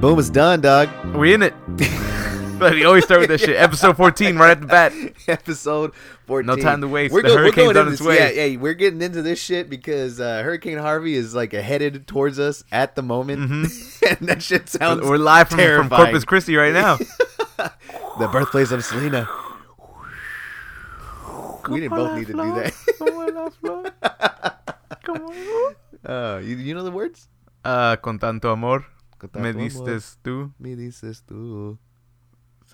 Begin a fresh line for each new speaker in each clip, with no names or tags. Boom, it's done, dog.
We in it. but we always start with that shit. Episode 14, right at the bat.
Episode 14.
No time to waste. The hurricane's on
into
its
this-
way.
Yeah, yeah, we're getting into this shit because uh, Hurricane Harvey is like headed towards us at the moment. and that shit sounds
Mm-hmm. We're live from, from
terrifying.
Corpus Christi right now.
The birthplace of Selena. We didn't both need to do that. Uh, you, you know the words?
uh, con tanto amor,
Con tanto
me
amor,
distes tú.
Me dices tú.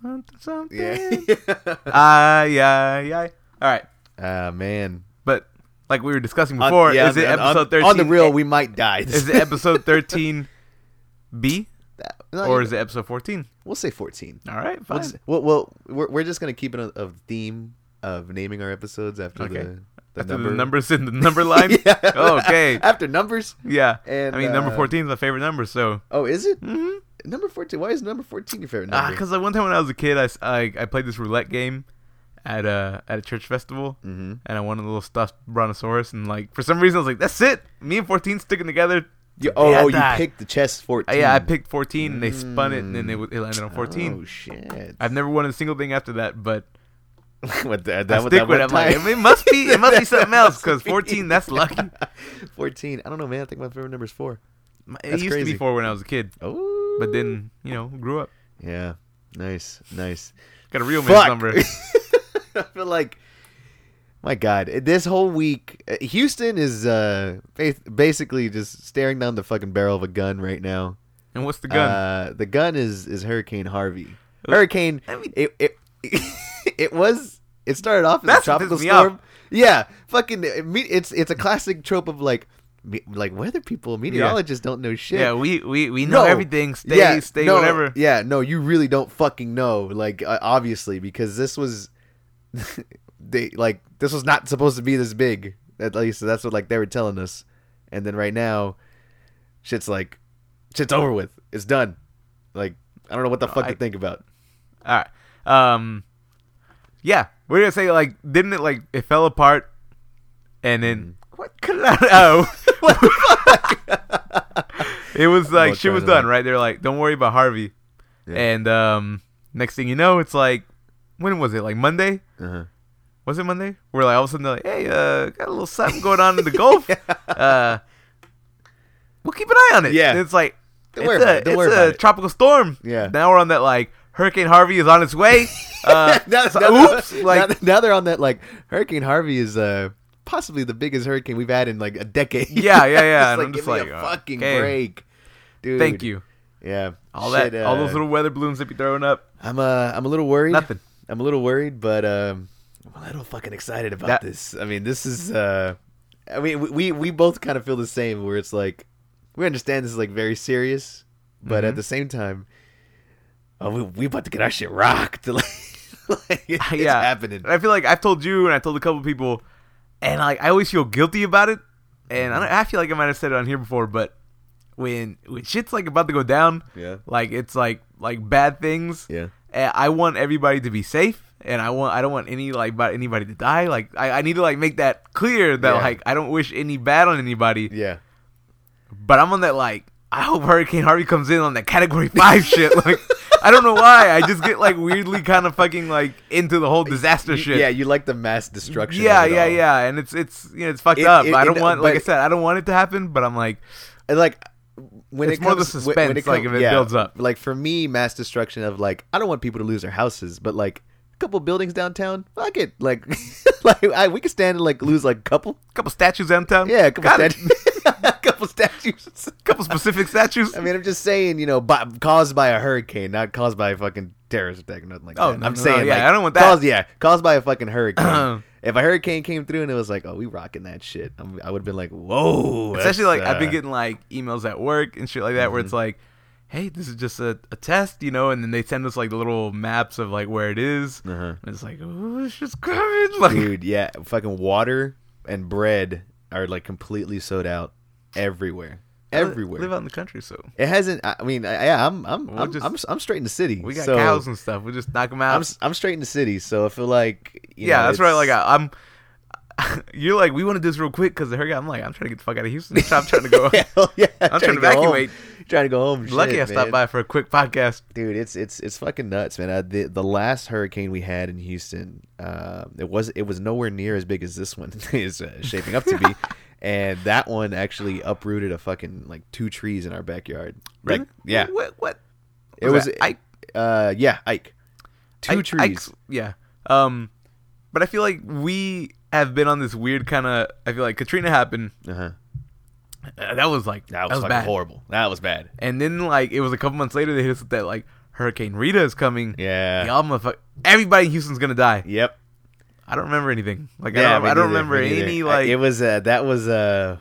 Something, something.
Yeah.
ay, ay, ay. All right.
Ah, man.
But like we were discussing
On-
before,
yeah,
is it
on- on-
episode 13?
On the real, we might die.
Is it episode 13B
Oh,
or is it episode 14?
We'll say 14.
All right,
We'll,
fine.
just, well, well, we're, we're just going to keep it a, a theme of naming our episodes after
Okay.
the, the
After
number.
the numbers in the number line?
yeah.
Okay.
After numbers.
Yeah.
And,
I mean, number
uh,
14 is my favorite number, so.
Oh, is it?
Mm-hmm.
Number 14. Why is number 14 your favorite
Ah,
number?
because like one time when I was a kid, I, s- I- I played this roulette game at a at a church festival,
Mhm.
and I won a little stuffed brontosaurus, and like for some reason I was like, that's it. Me and fourteen sticking together.
You- oh,
Yeah,
oh, you
die.
picked the chess 14.
Uh, yeah, I picked fourteen, and they spun it, and then it, w- it landed on
Oh,
fourteen.
shit.
I've never won a single thing after that, but
What the-
I
that-
stick
that
with
one
it. I'm like,
time.
it must be it must be
That
something else
must
because
be-
fourteen, that's lucky.
14. I don't know, man. I think my favorite number is 4.
My- It
That's
used to
crazy.
be four when I was a kid,
Oh.
but then you know grew up,
Yeah. Nice. Nice.
got a real man's
Fuck.
number.
I feel like, my God, this whole week, uh, Houston is uh, ba- basically just staring down the fucking barrel of a gun right now.
And what's the gun?
Uh, the gun is is Hurricane Harvey.
Uh,
Hurricane.
I mean-
it it it was. It started off as
That's what
a tropical
pissed me off.
storm. Yeah, fucking. it me- It's it's a classic trope of like, me, like weather people, meteorologists don't know shit.
yeah, we, we we know
No.
everything. Stay stay
no,
whatever.
Yeah, no, you really don't fucking know. Like uh, obviously, because this was, they like this was not supposed to be this big. At least that's what like they were telling us. And then right now, shit's like, shit's over with. It's done. Like I don't know what the fuck
I-
to think about.
All right. Um, yeah, we're gonna say like, didn't it like it fell apart,
Mm.
and then what could I oh, it was like
not
she
trying to
was done,
laugh.
right? They're like, don't worry about Harvey,
Yeah.
and um, next thing you know, it's like, when was it? Like Monday.
Uh-huh.
Was it Monday? Where like all of a sudden they're like, hey, uh, got a little something going on in the Gulf. Uh, we'll keep an eye on it.
Yeah.
And it's like
Don't
it's
worry
a,
about it. Don't
it's
worry
a
about it.
tropical storm.
Yeah.
Now we're on that like Hurricane Harvey is on its way. Uh,
now,
so-
now-
oops.
now-
Like
now they're on that like Hurricane Harvey is uh possibly the biggest hurricane we've had in like a decade.
Yeah, yeah,
It's
yeah, and
like,
I'm
give
just
me
like,
a
uh,
fucking
okay.
break, dude.
thank you.
Yeah,
All
Shit,
that all
uh,
those little weather balloons that be throwing up.
I'm uh, I'm a little worried.
Nothing.
I'm a little worried, but um, I'm a little fucking excited about
That-
this. I mean, this is. Uh, I mean, we, we we both kind of feel the same. Where it's like, we understand this is like very serious, but
Mm-hmm.
at the same time, oh, we we about to get our shit rocked. like, like, it's
yeah.
happening.
And I feel like I've told you and I told a couple people and like I always feel guilty about it. And
Mm-hmm.
I, don't, I feel like I might have said it on here before, but when when shit's like about to go down,
Yeah.
like it's like like bad things.
Yeah.
and I want everybody to be safe, and I want I don't want any like about anybody to die. Like I, I need to like make that clear that
Yeah.
like I don't wish any bad on anybody.
Yeah.
But I'm on that like I hope Hurricane Harvey comes in on that Category Five shit. Like I don't know why I just get like weirdly kind of fucking like into the whole disaster
You-
shit.
Yeah, you like the mass destruction. of
Yeah,
it
yeah,
all.
yeah, and it's it's you know it's fucked
It-
up.
it-
I don't
it-
want, like I
but-
said, I don't want it to happen. But I'm like,
And, like when
It's
it
more the
comes, when-
suspense,
when it
like,
come-
if it builds up.
Like for me, mass destruction of like I don't want people to lose their houses, but like a couple buildings downtown, fuck it, like like I, we could stand and like lose like a couple,
a couple statues downtown.
yeah, a couple
Got it.
statues, a couple statues.
couple specific statues.
I mean, I'm just saying, you know, by, caused by a hurricane, not caused by a fucking terrorist attack or nothing like
Oh,
that.
no,
I'm
no, no,
saying,
yeah,
like,
I don't want that.
Caused, yeah, caused by a fucking hurricane. if a hurricane came through and it was like, oh, we rocking that shit, I'm, I would have been like, whoa.
especially
that's,
like I've been
uh, Mm-hmm.
getting like emails at work and shit like that where it's like, hey, this is just a, a test, you know, and then they send us like the little maps of like where it is.
Uh-huh.
And it's like, oh, it's just coming. Like,
Dude, yeah, fucking water and bread are like completely sold out everywhere.
I li-
Everywhere.
live out in the country, so
It hasn't. I I mean, I, yeah, I'm, I'm,
We'll
I'm,
just-
I'm, I'm straight in the city.
we got
so
cows and stuff. We just knock them out.
I'm, s- I'm straight in the city, so I feel like, you
yeah,
know,
that's right. Like,
it's-
I, I'm. You're like, we want to do this real quick because the hurricane. I'm like, I'm trying to get the fuck out of Houston. Stop trying to go.
Hell yeah,
uh, I'm trying to
go home.
evacuate.
Trying to go home.
Lucky
Shit,
I stopped
man.
by for a quick podcast.
dude it's it's it's fucking nuts man I, the, the last hurricane we had in houston um it was it was nowhere near as big as this one is uh, shaping up to be and that one actually uprooted a fucking like two trees in our backyard
Really?
like yeah
What? What?
it was
that? Ike-
uh yeah ike two
Ike-
trees
Ike's- yeah. Um, but I feel like we have been on this weird kind of. I feel like Katrina happened.
uh-huh
Uh, that was like
that was, fucking
bad.
horrible that was bad
And then like it was a couple months later they hit us with that like Hurricane Rita is coming.
yeah
Y'all motherfuck- Everybody in Houston's gonna die.
yep
I don't remember anything. Like
Yeah,
I don't,
me
I don't
neither,
remember
me neither.
any
I-
like
it was uh that was uh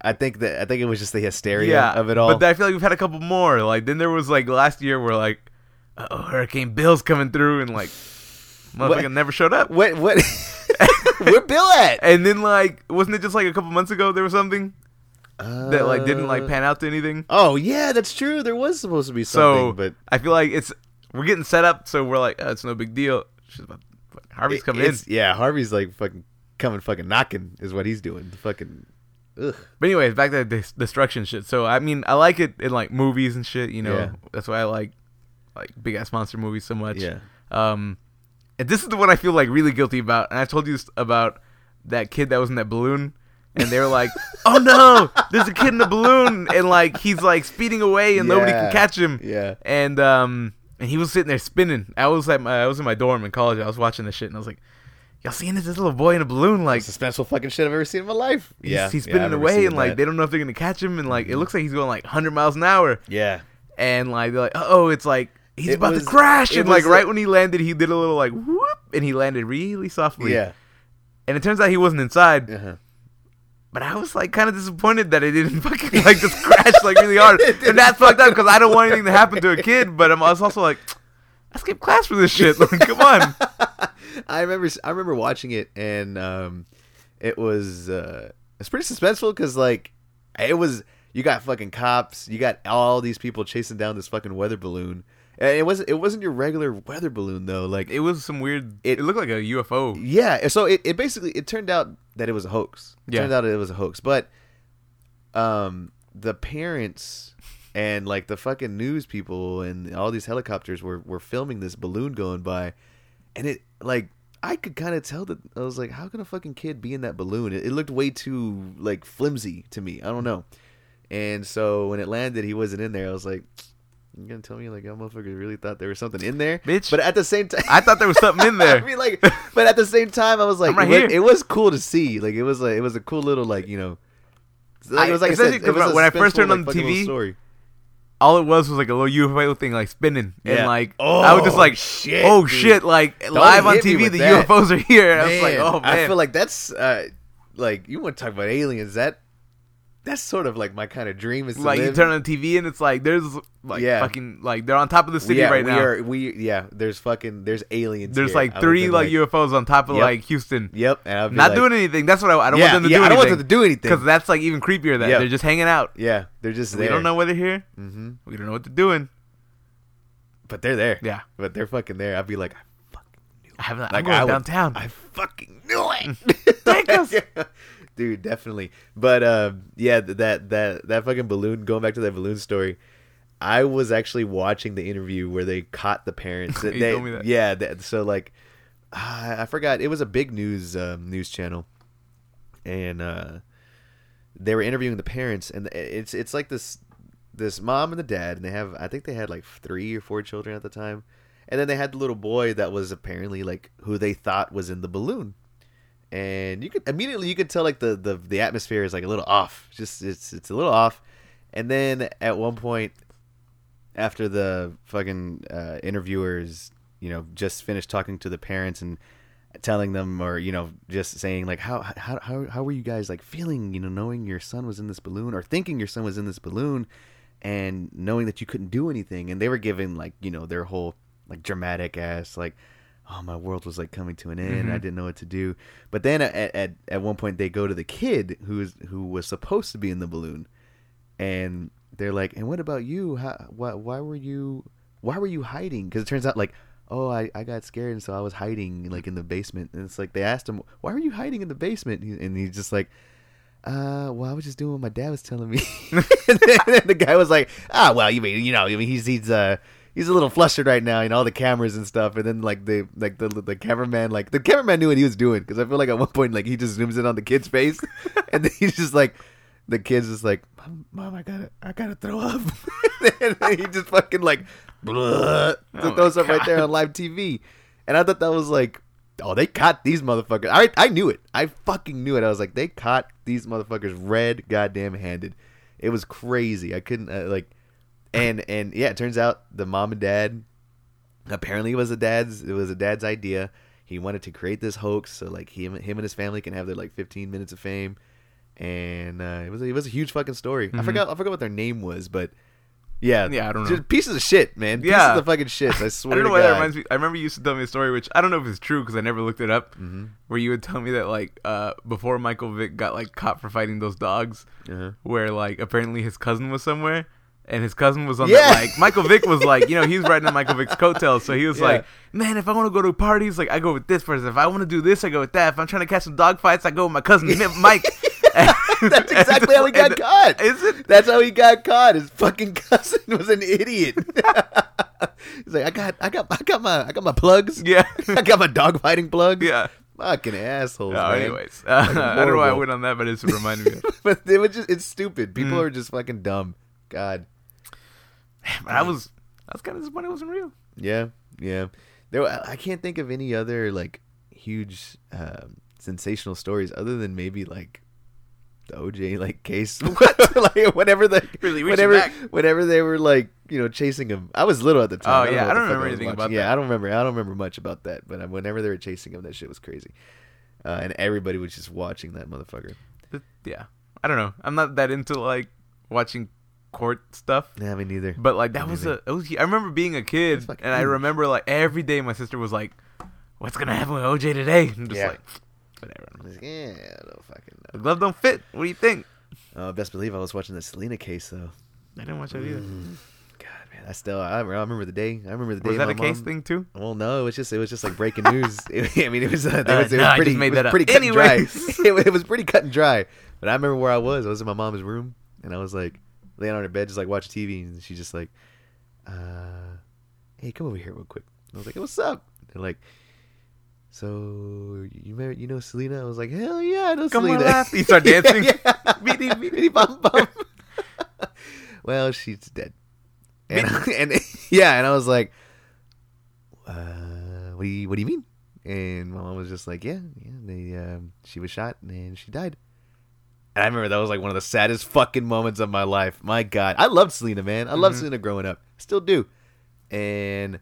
i think that i think it was just the hysteria
yeah
of it all
But I feel like we've had a couple more. Like then there was like last year where like oh Hurricane Bill's coming through and like motherfucker never showed up.
what what where bill at
And then like wasn't it just like a couple months ago there was something that like didn't like
Uh,
pan out to anything.
Oh yeah, that's true. There was supposed to be something,
So
but
I feel like it's we're getting set up. So we're like oh, it's no big deal. Shit, but- but Harvey's
it-
coming in.
it's- Yeah, Harvey's like fucking coming, fucking knocking is what he's doing. Fucking, ugh.
But anyways, back to the dis- destruction shit. So I mean, I like it in like movies and shit. You know,
Yeah.
that's why I like like big ass monster movies so much.
Yeah.
Um, and this is the one I feel like really guilty about. And I told you this about that kid that was in that balloon, and they were like, "Oh no, there's a kid in the balloon," and like he's like speeding away, and nobody
Yeah.
can catch him.
Yeah.
And um, and he was sitting there spinning. I was at my I was in my dorm in college. I was watching this shit, and I was like, "Y'all seeing this, this little boy in a balloon? Like,
Suspenseful fucking shit I've ever seen in my life. yeah,
he's, he's
yeah,
spinning
I've never
away
seen
and like
that. Mm-hmm.
they don't know if they're gonna catch him and like it looks like he's going like 100 miles an hour
yeah,
and like they're like oh it's like he's
It
about
was-
to crash
it
and like
was uh, a-
right when he landed he did a little like whoop and he landed really softly
yeah.
and it turns out he wasn't inside
Uh-huh.
but I was like kind of disappointed that it didn't fucking like just crash like really hard and that's fucked up because I don't want anything to happen to a kid but I'm I was also like I skipped class for this shit like come on
I remember, I remember watching it, and um, it was uh, it's pretty suspenseful because like it was you got fucking cops, you got all these people chasing down this fucking weather balloon. And it wasn't it wasn't your regular weather balloon though. Like
it was some weird it, looked like a UFO
Yeah, so it, it basically it turned out that it was a hoax. It
Yeah.
turned out it was a hoax. But um the parents and like the fucking news people and all these helicopters were, were filming this balloon going by and it like I could kind of tell that I was like, how can a fucking kid be in that balloon? It, it looked way too like flimsy to me. I don't know. And so when it landed, he wasn't in there. I was like, you gonna tell me like y'all motherfuckers really thought there was something in there,
Bitch.
But at the same time,
I thought there was something in there
I mean, like, but at the same time, I was like,
I'm right
it, was,
here.
it was cool to see. Like, it was like it was a cool little like you know. Like,
I-
it was like I
especially
said, it was
'cause
a
when I first
suspenseful,
turned on
like,
the
fucking little
TV,
story.
all it was was like a little UFO thing, like spinning,
Yeah.
and like
Oh,
I was just like,
shit,
oh
dude.
shit, like live on
hit me
TV,
with
the
that.
UFOs are here. And I was
Man,
like, oh man,
I feel like that's uh, like you want to talk about aliens. That that's sort of like my kind of dream is to
like you
live-
turn on the TV and it's like there's like
Yeah.
fucking like they're on top of the city
yeah,
right
we
now.
Are, we yeah, there's fucking there's aliens.
there's
here. I
like
would've
three
been
like, UFOs on top of
Yep.
like Houston,
Yep, and I'd be
not
like,
doing anything. That's what I, I don't
yeah,
want them to
yeah,
do.
I don't want them to
anything.
do
because
anything.
that's like even creepier. That
Yep.
they're just hanging out.
Yeah, they're just
We
there.
don't know where they're here.
hmm
We don't know what they're doing.
but they're there.
Yeah,
but they're fucking there. I'd be like, "Ah,
I have. I'm
Like,
going
I would-
downtown.
I fucking knew it.
Take us.
Dude, definitely. But um, yeah, th- that that that fucking balloon. Going back to that balloon story, I was actually watching the interview where they caught the parents.
You
They-
told me that.
Yeah. That, so like, I I forgot. It was a big news um, news channel, and uh, they were interviewing the parents, and it's it's like this this mom and the dad, and they have I think they had like three or four children at the time, and then they had the little boy that was apparently like who they thought was in the balloon, and you could immediately you could tell like the the, the atmosphere is like a little off, just it's it's a little off, and then at one point after the fucking uh, interviewers, you know, just finished talking to the parents and telling them, or you know, just saying like, how how how how were you guys like feeling, you know, knowing your son was in this balloon or thinking your son was in this balloon, and knowing that you couldn't do anything and they were giving like you know their whole like dramatic ass like oh my world was like coming to an end i
Mhm.
didn't know what to do but then at, at at one point they go to the kid who's who was supposed to be in the balloon and they're like and what about you how why, why were you why were you hiding because it turns out like oh I, I got scared and so i was hiding like in the basement and it's like they asked him why were you hiding in the basement And he- and he's just like uh, well, I was just doing what my dad was telling me. and then the guy was like, ah, well, you mean, you know, I mean, he's, he's, uh, he's a little flustered right now, you know, all the cameras and stuff. And then, like, the, like, the, the cameraman, like, the cameraman knew what he was doing. Cause I feel like at one point, like, he just zooms in on the kid's face. and then he's just like, the kid's just like, mom, mom I gotta, I gotta throw up. and then he just fucking, like, bleh,
Oh
throws
my
up right there on live TV. And I thought that was like, oh, they caught these motherfuckers. I I knew it. I fucking knew it. I was like, they caught these motherfuckers red goddamn handed. It was crazy. I couldn't uh, like, and and yeah, it turns out the mom and dad apparently it was a dad's it was a dad's idea. He wanted to create this hoax so like him him and his family can have their like 15 minutes of fame. And uh, it was a, it was a huge fucking story. I
Mhm.
forgot I forgot what their name was, but yeah,
Yeah, I don't know.
Just pieces of shit, man.
Yeah.
pieces of fucking shit. I swear.
I don't know
to
why
God.
that reminds me. I remember you used to tell me a story, which I don't know if it's true because I never looked it up.
Mm-hmm.
Where you would tell me that like uh, before Michael Vick got like caught for fighting those dogs,
Uh-huh.
where like apparently his cousin was somewhere, and his cousin was on
Yeah.
that like Michael Vick was like you know he was riding on Michael Vick's coattails, so he was
Yeah.
like, man, if I want to go to parties, like I go with this person. If I want to do this, I go with that. If I'm trying to catch some dog fights, I go with my cousin Mi- Mike.
That's exactly how he got caught.
Is it?
That's how he got caught. His fucking cousin was an idiot. He's like, I got, I got, I got my, I got my plugs.
Yeah.
I got my dog fighting plugs.
Yeah.
Fucking assholes.
Oh,
man.
anyways, uh, I don't know why I
horrible.
went on that, but it's reminded me. Of
but it was just, it's stupid.
Mm.
People are just fucking dumb. God.
I was, I was kind of disappointed it wasn't real.
Yeah. Yeah. There, were- I can't think of any other like huge, um, sensational stories other than maybe like. The OJ like case, like whenever the
Really reaching
whenever
back.
whenever they were like you know chasing him. I was little at the time.
Oh, yeah,
know
I
what
don't
the fuck
remember
was
anything
watching.
about
Yeah,
that.
I don't remember. I don't remember much about that. But uh, whenever they were chasing him, that shit was crazy, uh, and everybody was just watching that motherfucker.
But, yeah, I don't know. I'm not that into like watching court stuff,
Nah, me neither.
but like that was a. It was, I remember being a kid,
That's fucking
and I
huge.
remember like every day my sister was like, "What's gonna happen with OJ today?" I'm just
Yeah.
like, whatever. I'm like,
yeah, I don't fucking
The glove don't fit. What do you think?
know. Uh, best believe I was watching the Selena case though.
I didn't watch that either.
God man, I still I remember, I remember the day. I remember the day.
Was that
my
a case
mom-
thing too?
Well, no, it was just it was just like breaking news. I mean, it was uh, it
Uh,
was, it
no, I
was
just
pretty
made
it was
that up.
pretty cut
Anyways.
and dry. It, it was pretty cut and dry. But I remember where I was. I was in my mom's room, and I was like laying on her bed, just like watching TV, and she's just like, uh, "Hey, come over here real quick." I was like, "What's up?" And like. So you remember, you know Selena? I was like, hell yeah, I know
Come on,
Selena.
laugh. You start dancing.
Bitty,
Bitty,
bitty, bum, bum. well, she's dead. And, and yeah, and I was like, uh, what do you what do you mean? And my mom was just like, yeah, yeah, they um, she was shot and she died. And I remember that was like one of the saddest fucking moments of my life. My God, I loved Selena, man. I loved
Mhm.
Selena growing up, still do. And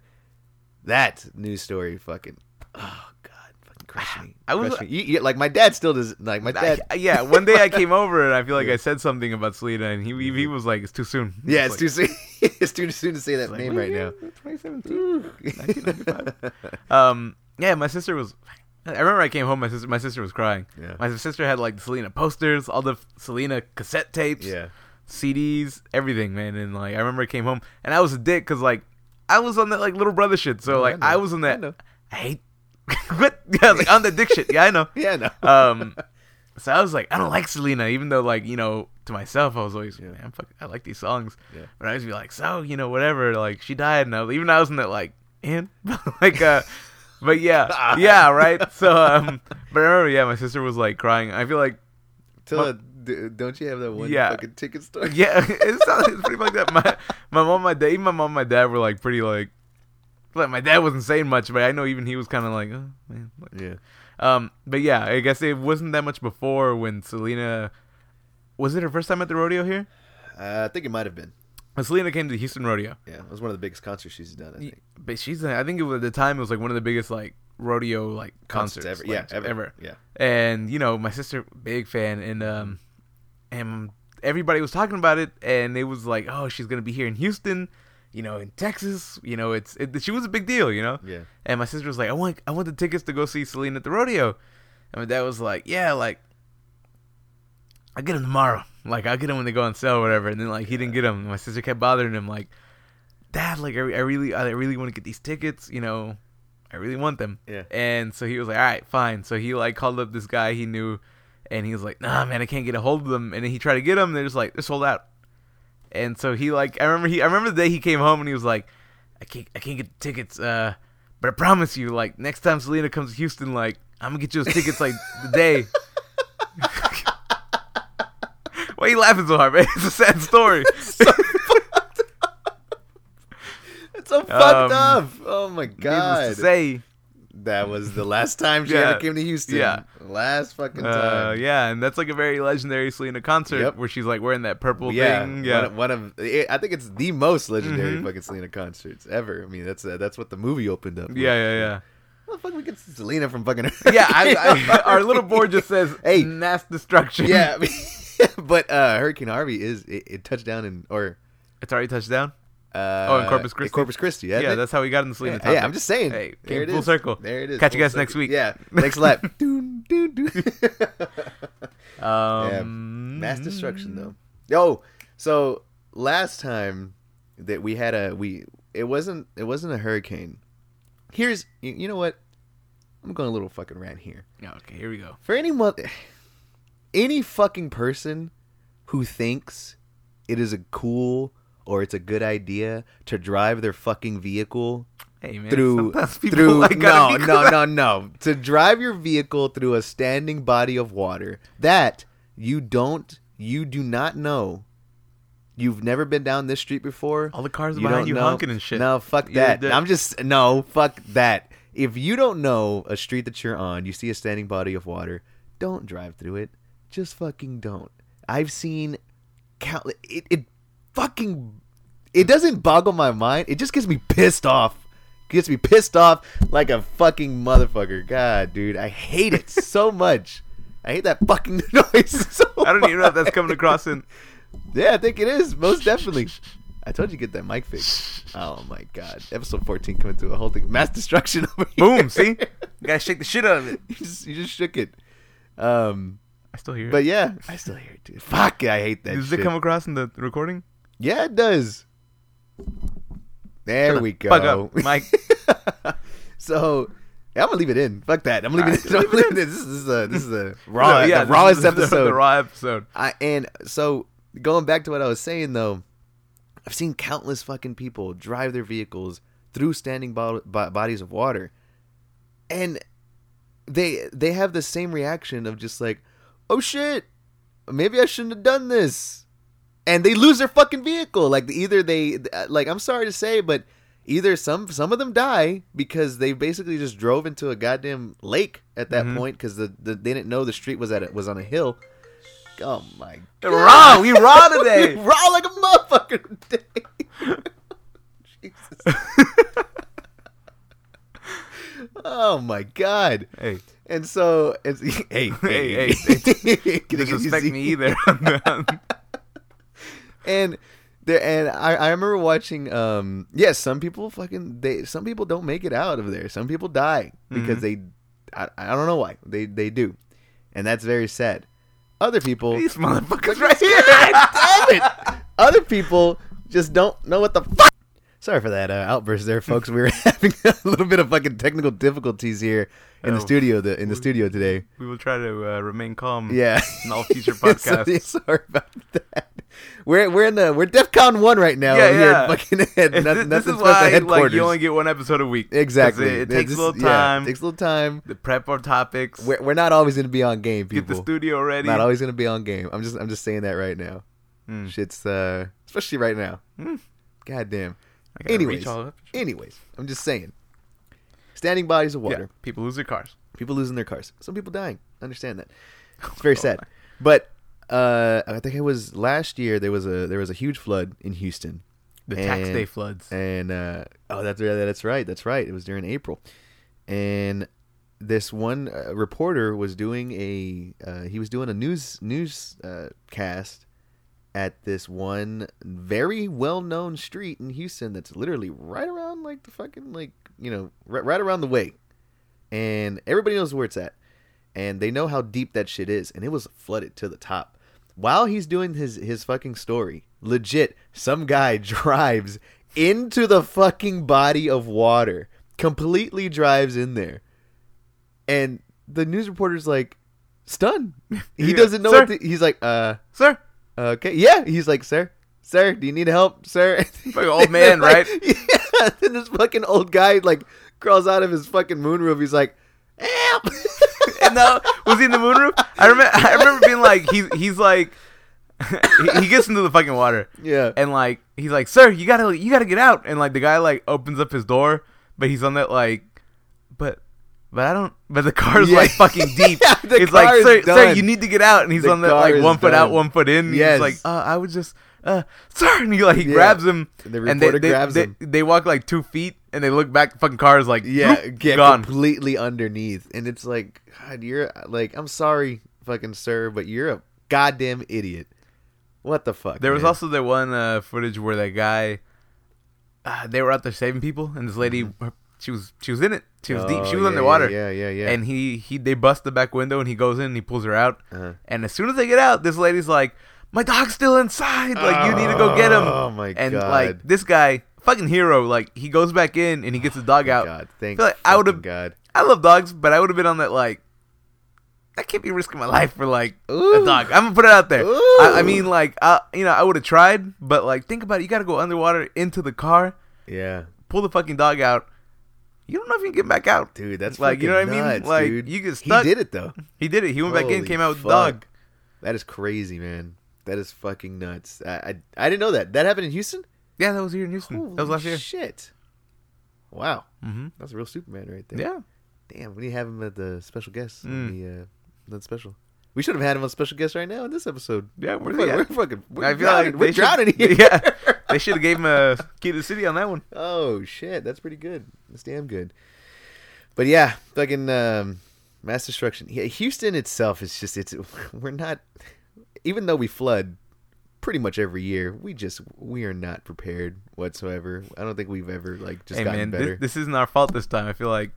that news story, fucking, oh God, fucking crushed me.
Ah, I was-
Crushed me. You- you- like my dad still does. Like my dad,
I- yeah, one day I came over and I feel like
Yeah. Mm-hmm.
I said something about Selena, and he he was like, "It's too soon."
Yeah, it's too soon. it's too soon to say that
like,
name
"Well,
right
yeah,
now.
2017. 1995. Um, yeah, my sister was. I remember I came home. My sister, my sister was crying.
Yeah.
My sister had like Selena posters, all the Selena cassette tapes,
yeah,
CDs, everything, man. And like, I remember I came home and I was a dick because like, I was on that like little brother shit.
I
So like,
know.
I, was on
I
that.
know.
I hate. what? Yeah, I was like on that dick shit. Yeah, I know.
yeah, no.
Um, so I was like, I don't like Selena, even though like you know to myself I was always,
Yeah.
man, fuck, I like these songs.
Yeah.
But I always be like, so you know whatever. Like she died, and I was, even I was in that like, and like uh, but yeah, yeah, right. So um, but I remember, yeah, my sister was like crying. I feel like
Tilla, d- don't you have that one
Yeah.
fucking ticket store?
yeah, it sounds it's pretty fucked up. My my mom, my dad, even my mom, and my dad were like pretty like. Like my dad wasn't saying much, but I know even he was kind of like, oh, man, like,
yeah.
Um, but yeah, I guess it wasn't that much before when Selena was it her first time at the rodeo here?
Uh, I think it might have been.
When Selena came to the Houston rodeo,
Yeah, it was one of the biggest concerts she's done. I think.
but she's I think it was, at the time it was like one of the biggest like rodeo like concerts,
ever,
like,
yeah, ever, yeah.
And you know, my sister big fan, and um, and everybody was talking about it, and it was like, oh, she's gonna be here in Houston, you know, in Texas, you know, it's it, she was a big deal, you know.
Yeah.
And my sister was like, I want I want the tickets to go see Celine at the rodeo, and my dad was like, yeah, like I'll get them tomorrow. Like I'll get them when they go on sale or whatever. And then like he didn't get them. My sister kept bothering him like, Dad, like I, I really I really want to get these tickets. You know, I really want them.
Yeah.
And so he was like, All right, fine. So he like called up this guy he knew, and he was like, Nah, man, I can't get a hold of them. And then he tried to get them. And they're just like, they're sold out. And so he like I remember he I remember the day he came home and he was like, I can't I can't get the tickets. Uh, but I promise you, like next time Selena comes to Houston, like I'm gonna get you those tickets like the day. Why are you laughing so hard, man? It's a sad story.
It's so fucked
Um,
up. Oh my god.
Needless to say,
that was the last time she
Yeah.
ever came to Houston.
Yeah.
Last fucking time.
uh, yeah, and that's like a very legendary Selena concert
Yep.
where she's like wearing that purple thing.
One,
Yeah,
of- one of it, I think it's the most legendary
Mhm.
fucking Selena concerts ever. I mean, that's uh, that's what the movie opened up. with.
yeah, yeah,
How the fuck we get Selena from fucking?
yeah. yeah, I, I, our little board just says
Hey.
mass destruction."
yeah, but uh, Hurricane Harvey is it, it touched down in or
it's already touchdown.
uh,
Oh, in Corpus Christi?
Corpus Christi,
Yeah,
yeah. that-
that's how we got in the Selena.
yeah,
topic.
yeah, I'm just saying.
Hey,
there
came
it
full
is.
circle.
There it is.
Catch you
full
guys next
circle.
week.
Yeah, next lap. Doon, doon, doon.
Um,
Mass destruction though. Oh, so last time that we had a we it wasn't it wasn't a hurricane. Here's you, you know what? I'm going a little fucking rant here.
Yeah, okay, here we go.
For any mo- any fucking person who thinks it is a cool or it's a good idea to drive their fucking vehicle
Hey man,
through
sometimes people
through
like
no
gotta be
no
cool.
no no to drive your vehicle through a standing body of water that you don't you do not know you've never been down this street before
All the cars behind
don't
you honking and shit.
no fuck
You're
that
the-
i'm just no fuck that if you don't know a street that you're on you see a standing body of water don't drive through it just fucking don't i've seen count it, it fucking it doesn't boggle my mind it just gets me pissed off gets me pissed off like a fucking motherfucker god dude i hate it so much i hate that fucking noise so
I don't even know if that's
much.
coming across in.
yeah i think it is most definitely i told you get that mic fixed oh my god episode 14 coming through a whole thing mass destruction over here.
Boom, see? You gotta shake the shit out of it.
you just you just shook it um
I still hear it.
but yeah i still hear it dude fuck i hate that
Does
shit.
it come across in the recording?
Yeah, it does. There
Shut the
we go.
fuck up, Mike.
so yeah, I'm gonna leave it in. Fuck that. I'm gonna leave,
Alright,
it, in. I'm gonna
leave
leave it in. This is a this is a raw the
No, this
rawest
is the-
episode.
The raw episode.
I and so going back to what I was saying though, I've seen countless fucking people drive their vehicles through standing bo- bo- bodies of water, and they they have the same reaction of just like, oh shit, maybe I shouldn't have done this, and they lose their fucking vehicle. Like either they uh, like I'm sorry to say, but either some some of them die because they basically just drove into a goddamn lake at that
Mhm.
point because the, the they didn't know the street was at it was on a hill. Oh my god.
Raw, we raw
We
today.
raw like a motherfucker today. Jesus. oh my god.
hey,
And so it's hey,
Hey, hey,
Can I get you
disrespect
Z?
me either.
And there and I, I remember watching um yes, some people fucking they some people don't make it out of there. Some people die because they I, I don't know why. They they do. And that's very sad. Other people
These motherfuckers right here.
damn it! Other people just don't know what the fuck. Sorry for that uh, outburst there, folks. We were having a little bit of fucking technical difficulties here in the
Oh.
studio. The, in the studio today.
We will try to uh, remain calm.
Yeah.
In all future
So-
podcasts.
sorry about that. We're we're in the we're DefCon one right now.
Yeah,
over here in
yeah.
Fucking head. Nothing,
This, this
nothing's
is
past the
why like,
headquarters.
you only get one episode a week. 'Cause
exactly.
It, it takes
This-
a little
yeah,
time.
it takes a little time.
the prep our topics.
We're, we're not always going to be on game, people.
get the studio ready.
Not always gonna be on game. I'm just I'm just saying that right now.
Mm.
Shit's uh especially right now.
Mm.
God damn.
I gotta
Anyways,
reach all up.
anyways, I'm just saying. Standing bodies of
Yeah,
water,
people lose their cars.
people losing their cars, some people dying. I understand that. It's
Oh
very sad. But uh, I think it was last year there was a there was a huge flood in Houston,
The tax
And-
day floods.
and uh, oh that's yeah, that's right that's right it was during April, and this one uh, reporter was doing a uh, he was doing a news news uh, cast at this one very well-known street in Houston that's literally right around like the fucking like you know right, right around the way, and everybody knows where it's at, and they know how deep that shit is, and it was flooded to the top. While he's doing his his fucking story, legit, some guy drives into the fucking body of water, completely drives in there, and the news reporter's like stunned. He
Yeah.
doesn't know.
Sir?
What to, he's like, uh.
sir.
Okay. Yeah. He's like, sir, sir, do you need help, sir?
Fucking old man,
Like,
right?
Yeah. Then this fucking old guy like crawls out of his fucking moonroof. He's like, help.
And now was he in the moonroom? I remember. I remember being like, he's he's like, he, he gets into the fucking water,
yeah.
and like he's like, sir, you gotta you gotta get out. And like the guy like opens up his door, but he's on that like, but. But I don't. But the car's
Yeah.
like fucking deep.
Yeah, the
it's
car
like,
is
sir, sir,
done.
you need to get out. And he's
The
on that
car
like
is
one foot out,
done.
one foot in.
Yes.
He's like, uh, I was just, uh, sir. And he like he
Yeah.
grabs him.
The
and they,
reporter
they-
grabs
they-
him.
They walk like two feet, and they look back. The fucking car is like,
Yeah.
bloop,
Get
gone.
completely underneath, and it's like, God, you're like, I'm sorry, fucking sir, but you're a goddamn idiot. What the fuck?
There was
man?
also that one uh, footage where that guy, uh, they were out there saving people, and this lady, her- she was she was in it, she was deep,
Mm-hmm. Oh,
she was
yeah,
underwater,
Yeah. Yeah. Yeah.
and he he they bust the back window, and he goes in, and he pulls her out,
Uh-huh.
and as soon as they get out, this lady's like, "My dog's still inside, like you need to go get him,"
Oh, my
and
God.
like this guy, fucking hero, like he goes back in and he gets his dog out.
God, thank
feel like I would've-
fucking God.
I love dogs, but I would have been on that like. I can't be risking my life for like a
Ooh.
dog. I'm gonna put it out there.
Ooh.
I, I mean, like, I, you know, I would have tried, but like, think about it. You gotta go underwater into the car,
Yeah.
pull the fucking dog out. You don't know if you can get back out.
Dude, that's
Like, you know
fucking
what I mean?
nuts,
Like,
dude.
you get
He
stuck.
did it though.
He did it. He went back in,
Holy
came out with the
fuck.
dog.
That is crazy, man. That is fucking nuts. I I, I didn't know that. That happened in Houston.
Yeah, that was here in Houston. Hmm. that was
Holy
last year.
Shit. Wow,
mm-hmm.
that's a real Superman right there.
Yeah,
Damn, we need to have him at the special guest.
Mm.
The uh, that special. We should have had him on special guest right now in this episode.
yeah. Where's
We're,
he at?
we're fucking. We're
I feel
drowning,
like
we're
they should-
drowning here.
Yeah, they should have gave him a key to the city on that one.
Oh shit, that's pretty good. That's damn good. But yeah, fucking um, mass destruction. Yeah, Houston itself is just it's we're not even though we flood pretty much every year, we just we are not prepared whatsoever. I don't think we've ever like just
hey
gotten
man, thi-
better.
this, isn't our fault this time. I feel like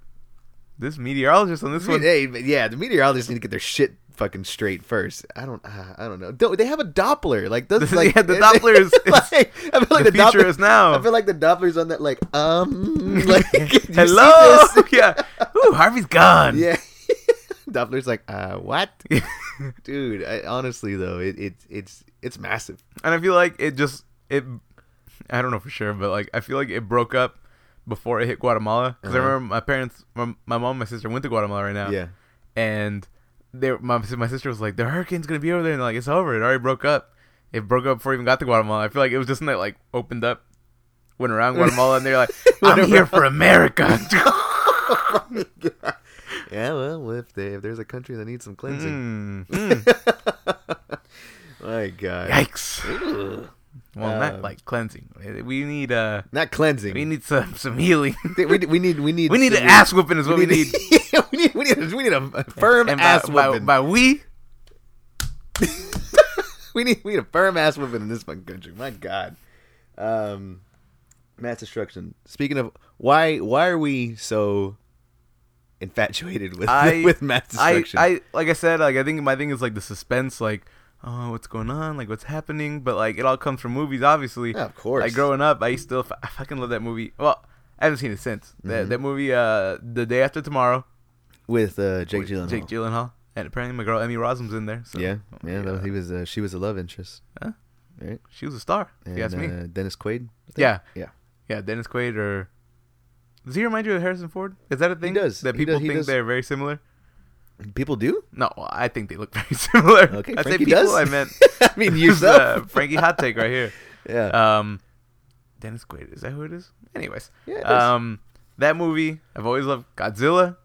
this meteorologist on this
I mean,
one.
hey, but yeah, the meteorologists need to get their shit fucking straight first. I don't, uh, I don't know. Don't, they have a Doppler? Like, does
Yeah,
like
the Doppler is-
like, I feel like the,
the future
Doppler
is now.
I feel like the Doppler's on that. Like, um, like, you see
Hello.
this?
yeah. Ooh, Harvey's gone.
Yeah. Doppler's like, uh, what? Dude, I, honestly though, it, it it's it's massive.
And I feel like it just it. I don't know for sure, but like I feel like it broke up before it hit Guatemala because I
Uh-huh.
remember my parents, my, my mom, and my sister went to Guatemala right now.
Yeah.
And they, my my sister was like, the hurricane's gonna be over there, and like it's over. It already broke up. It broke up before it even got to Guatemala. I feel like it was just something that like opened up, went around Guatemala, and they're like,
Went
I'm here
around.
for America.
Yeah, well, if, they, if there's a country that needs some cleansing,
Mm, mm,
my God,
yikes.
Ugh.
Well,
Um,
not like cleansing. We need uh,
not cleansing.
we need some some healing.
we, we, we need we need
We need an
some-
ass whooping is what we need.
yeah, we need we need we need a, a firm
And by-
ass
by,
whipping.
by we,
we need we need a firm ass whipping in this fucking country. My God, um, mass destruction. Speaking of why why are we so infatuated with
I
with mass
I,
destruction?
I like I said, like I think my thing is like the suspense, like oh what's going on, like what's happening, but like it all comes from movies, obviously.
Yeah, of course.
Like growing up, I still f- I fucking love that movie. Well, I haven't seen it since
Mm-hmm.
that that movie, uh, The Day After Tomorrow,
with uh, Jake
with
Gyllenhaal.
Jake Gyllenhaal, and apparently my girl Emmy Rossum's in there. So oh,
yeah, yeah.
yeah.
though he was uh, she was a love interest.
Huh?
Right.
she was a star. If
And,
you ask me.
Uh, Dennis Quaid. I think.
Yeah.
Yeah.
Yeah, Dennis Quaid or does he remind you of Harrison Ford? Is that a thing
does.
that
He
people
does- he
think
does.
they're very similar?
People do.
No, I think they look very similar.
Okay.
I say
Frankie
people,
does.
I meant
I mean
this is,
yourself.
uh, Frankie hot take right here.
yeah.
Um, Dennis Quaid is that who it is? Anyways,
Yeah, it is.
um, that movie I've always loved Godzilla,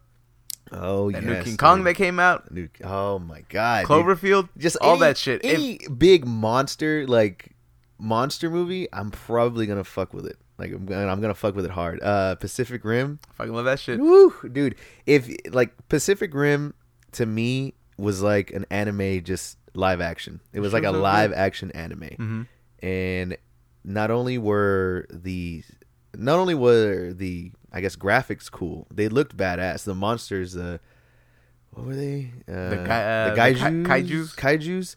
oh
that
yes.
new King Kong
dude.
that came out,
New- oh my god. dude.
Cloverfield,
just
all
any-
that shit. If-
Any big monster like monster movie, I'm probably gonna fuck with it. Like I'm gonna, I'm gonna fuck with it hard. Uh, Pacific Rim,
fucking love that shit.
woo, dude. If like Pacific Rim to me was like an anime just live action. It was like a
Sure, so-
live action anime.
Mhm.
And not only were the not only were the I guess graphics cool, they looked badass. The monsters, the what were they? Uh,
The kai- uh,
the
the kai-
kaijus,
kaijus?
kaijus.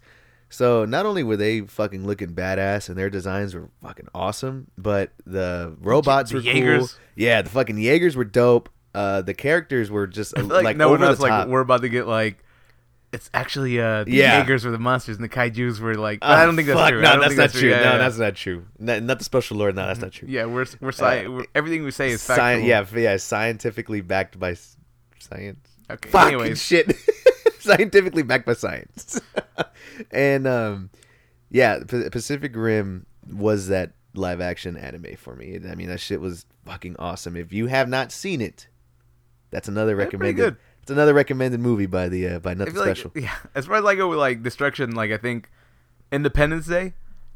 So not only were they fucking looking badass and their designs were fucking awesome, but the robots
the
were
Jaegers.
cool. Yeah, the fucking Jaegers were dope. Uh, the characters were just
Like,
like,
no one
over
else.
the top.
Like we're about to get like. It's actually uh, the
Yeah.
Jaegers were the monsters, and the Kaiju's were like.
Oh,
I don't think that's
fuck,
true.
No,
I don't
that's
think
not
that's
true.
Yeah,
no,
yeah.
that's not true. Not, not the special lord. No, that's not true.
Yeah, we're we're, sci-
Uh,
we're everything we say is factual.
Sci- yeah, f- yeah, scientifically backed by s- science.
Okay.
Fucking
Anyways,
shit. Scientifically backed by science. and um, yeah, P- Pacific Rim was that live action anime for me. I mean, that shit was fucking awesome. If you have not seen it, that's another
pretty
recommended.
good.
It's another recommended movie by the uh, by
I
nothing
feel like
special.
yeah, as far as I go with like destruction, like I think Independence Day.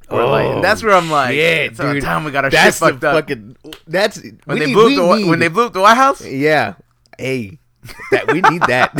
where,
Oh,
like, that's where I'm like,
shit,
it's our
dude.
time we got our shit
that's the
fucked up.
fucking. That's
when
we
they
need-
blew
we
up the Whi-
need-
when they blew up the White House.
Yeah. Hey, that we need that.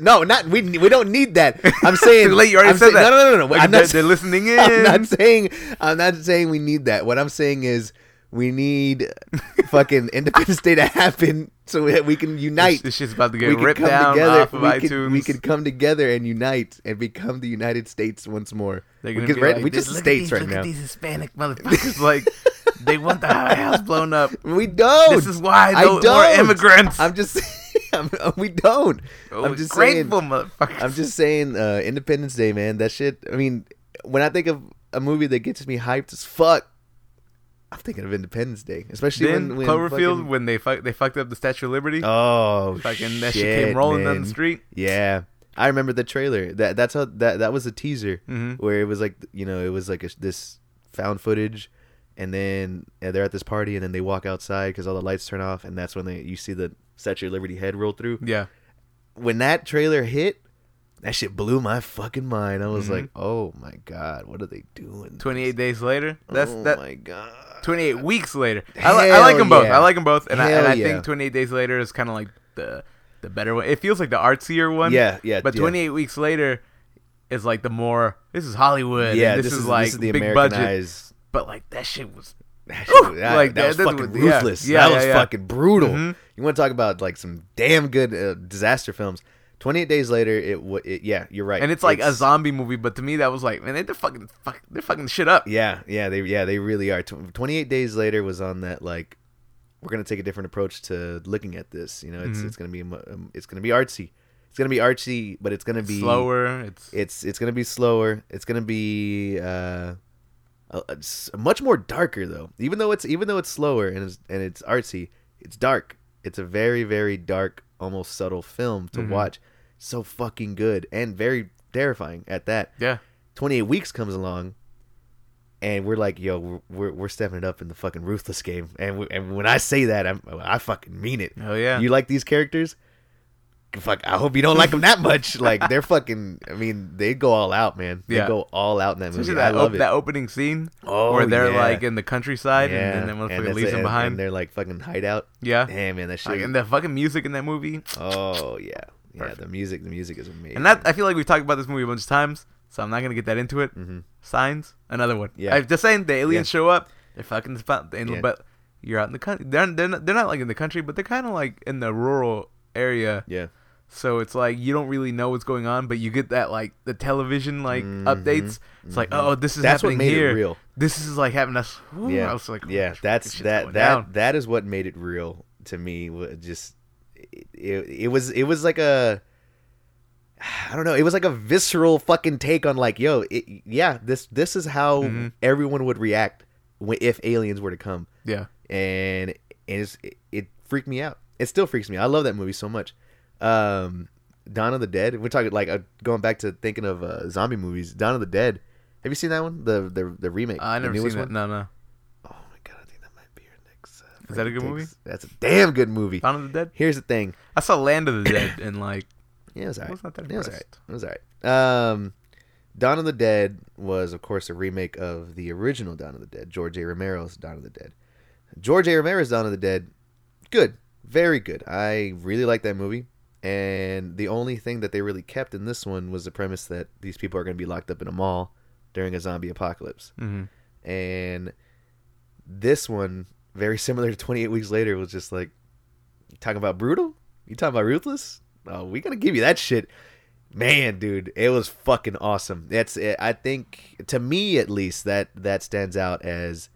no, not we. We don't need that. I'm saying.
Too late, you already
I'm
said
saying-
that.
No, no, no, no.
Like,
I'm
they're,
not,
they're listening in.
I'm not saying. I'm not saying we need that. What I'm saying is we need fucking Independence Day to happen so that we can
this,
unite.
this shit's about to get
we can
ripped
come
down
together.
off of
we,
iTunes.
Can, we can come together and unite and become the United States once more.
They're gonna
Because
be
right,
like,
we just
look at
states
these-
right
look
now.
At these Hispanic motherfuckers, like they want the White House blown up.
We don't.
This is why
I
no more
don't.
immigrants.
I'm just. I'm, uh, we don't.
Oh,
I'm just saying.
grateful, motherfuckers.
I'm just saying, uh, Independence Day, man. That shit. I mean, when I think of a movie that gets me hyped as fuck, I'm thinking of Independence Day, especially
then
when, when
Cloverfield
fucking-
when they fuck, they fucked up the Statue of Liberty.
oh,
fucking
shit,
that shit came rolling down
man.
the street.
Yeah, I remember the trailer. That that's how that that was a teaser
Mhm.
where it was like you know it was like a, this found footage, and then yeah, they're at this party and then they walk outside because all the lights turn off and that's when they you see the Statue of Liberty head roll through.
Yeah,
When that trailer hit, that shit blew my fucking mind. I was
Mm-hmm.
like, oh my god, what are they doing?
28 days later. That's
oh
that.
my god.
28 weeks later. I, li- I like
Hell
them both.
yeah.
I like them both, and I, and
Hell
I
yeah.
think 28 days later is kind of like the the better one. It feels like the artsier one.
Yeah, yeah,
But
yeah.
28 weeks later is like the more. This is Hollywood. and
Yeah,
this, is, like
this is the
big budget.
Americanized.
But like that shit was.
That shit was- that,
Like,
that
that-
was
that
fucking
was- yeah,
ruthless.
yeah,
that
yeah,
was
yeah.
fucking brutal.
Mhm.
You want to talk about like some damn good uh, disaster films? Twenty eight days later, it, wa it yeah, you're right.
And it's like a zombie movie, but to me that was like, man, they're fucking, fuck, they're fucking shit up.
yeah, yeah, they yeah they really are. Twenty eight days later was on that like we're gonna take a different approach to looking at this. You know, it's
Mm-hmm.
it's gonna be mo- um, it's gonna be artsy. It's gonna be artsy, but it's gonna be
Slower. It's
It's it's gonna be slower. It's gonna be uh, uh, it's much more darker though. Even though it's even though it's slower and it's and it's artsy, it's dark. It's a very very dark, almost subtle film to watch. So fucking good and very terrifying at that.
yeah.
Twenty eight weeks comes along, and we're like, yo, we're we're, we're stepping it up in the fucking ruthless game. And we, and when I say that, I'm, I fucking mean it.
Oh yeah.
You like these characters? Fuck, I hope you don't like them that much. Like they're fucking. I mean, they go all out, man. They
Yeah.
go all out in that movie.
Especially
I
that,
love
op-
it.
that opening scene
Oh,
where they're
yeah.
like in the countryside
yeah,
and then that motherfucker
that's
leaves
it,
them
and-
behind.
And they're like fucking hideout.
yeah.
Damn, man, that
Like,
shit.
and the fucking music in that movie.
oh yeah, yeah.
Perfect.
The music, the music is amazing.
And that I feel like we've talked about this movie a bunch of times, so I'm not gonna get that into it. Signs, another one.
Mm-hmm. Yeah.
I'm just saying the aliens
Yeah.
show up. They're fucking the spot, and-
Yeah.
but you're out in the country. They're they're not, they're not like in the country, but they're kind of like in the rural area.
yeah,
So it's like you don't really know what's going on, but you get that like the television like updates. It's like oh, this
Mm-hmm.
is
That's what
happening
made it
here.
real.
This is like having us. Ooh,
yeah.
I was like, oh,
yeah,
shit, this
that's
shit's
that
going
that
down.
that is what made it real to me. wa- Just it, it, it was it was like a. I don't know. It was like a visceral fucking take on like, yo, it, yeah, this this is how
Mm-hmm.
everyone would react when, if aliens were to come,
Yeah.
and it, it's, it, it freaked me out. It still freaks me. out. I love that movie so much. Um, Dawn of the Dead. We're talking like uh, going back to thinking of uh, zombie movies. Dawn of the Dead. Have you seen that one? The the the remake.
Uh, I
the
never seen
newest
that.
one?
No, no.
Oh my god, I think that might be your next. Uh,
Is that a good
Frank
movie?
Dix. That's a damn good movie.
Dawn of the Dead.
Here's the thing.
I saw Land of the Dead and like
Yeah, it was alright.
was not that
It was alright.
impressed.
It was alright. Um, Dawn of the Dead was, of course, a remake of the original Dawn of the Dead, George A. Romero's Dawn of the Dead. George A. Romero's Dawn of the Dead, good, very good. I really like that movie. And the only thing that they really kept in this one was the premise that these people are going to be locked up in a mall during a zombie apocalypse.
Mm-hmm.
And this one, very similar to 28 Weeks Later, was just like, you talking about brutal? You talking about ruthless? Oh, we going to give you that shit. Man, dude, it was fucking awesome. That's I think to me at least that that stands out as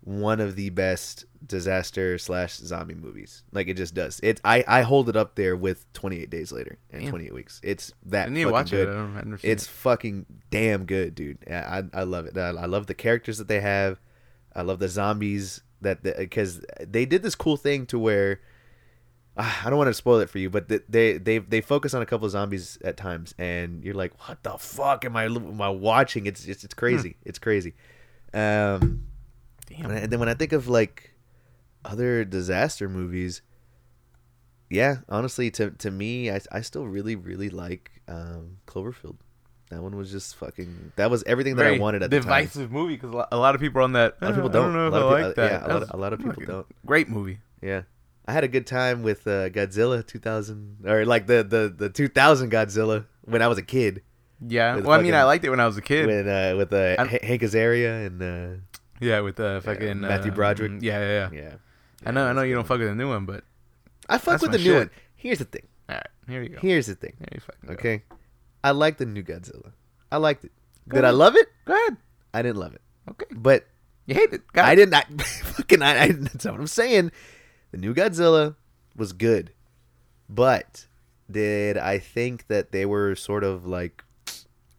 one of the best disaster slash zombie movies. Like it just does. It I I hold it up there with 28 Days Later and
Damn.
28 Weeks. It's that
I need
fucking
to watch
good.
it. I don't, I don't understand.
It's fucking damn good, dude. I I I love it. I, I love the characters that they have. I love the zombies that because they did this cool thing to where ah, I don't want to spoil it for you, but th- they they they focus on a couple of zombies at times, and you're like, what the fuck am I am I watching? It's it's, it's crazy. It's crazy. Um,
Damn.
and then when I think of like other disaster movies, yeah, honestly, to to me, I I still really really like um, Cloverfield. That one was just fucking. That was everything that I
Very
wanted at the time.
divisive movie because a lot of people are on that.
A lot of people
"Eh,
don't.
I don't
a
know
lot
if I
of
like
people,
that.
Yeah, a
That
lot,
was
a lot of people
fucking
don't.
Great movie.
Yeah, I had a good time with uh, Godzilla 2000 or like the the the 2000 Godzilla when I was a kid
Yeah.
With
Well, I mean,
fucking-
I liked it when I was a kid.
with uh, with uh,
I'm-
H- Hank Azaria and uh,
yeah, with uh, fucking
Matthew
uh,
Broderick.
mm, Yeah, yeah, yeah.
yeah.
I know, I know
that's
you
a
don't fuck with the new one, but
I fuck
That's
with
my
the new
shit.
one. Here's the thing.
all right, here you go.
Here's the thing.
There you fucking go.
Okay. I like the new Godzilla. I liked it.
Go
Did I
ahead.
love it?
Go ahead.
I didn't love it.
Okay.
But
You hate it. Got
I
it.
did not fucking I, I that's not what I'm saying. The new Godzilla was good. But did I think that they were sort of like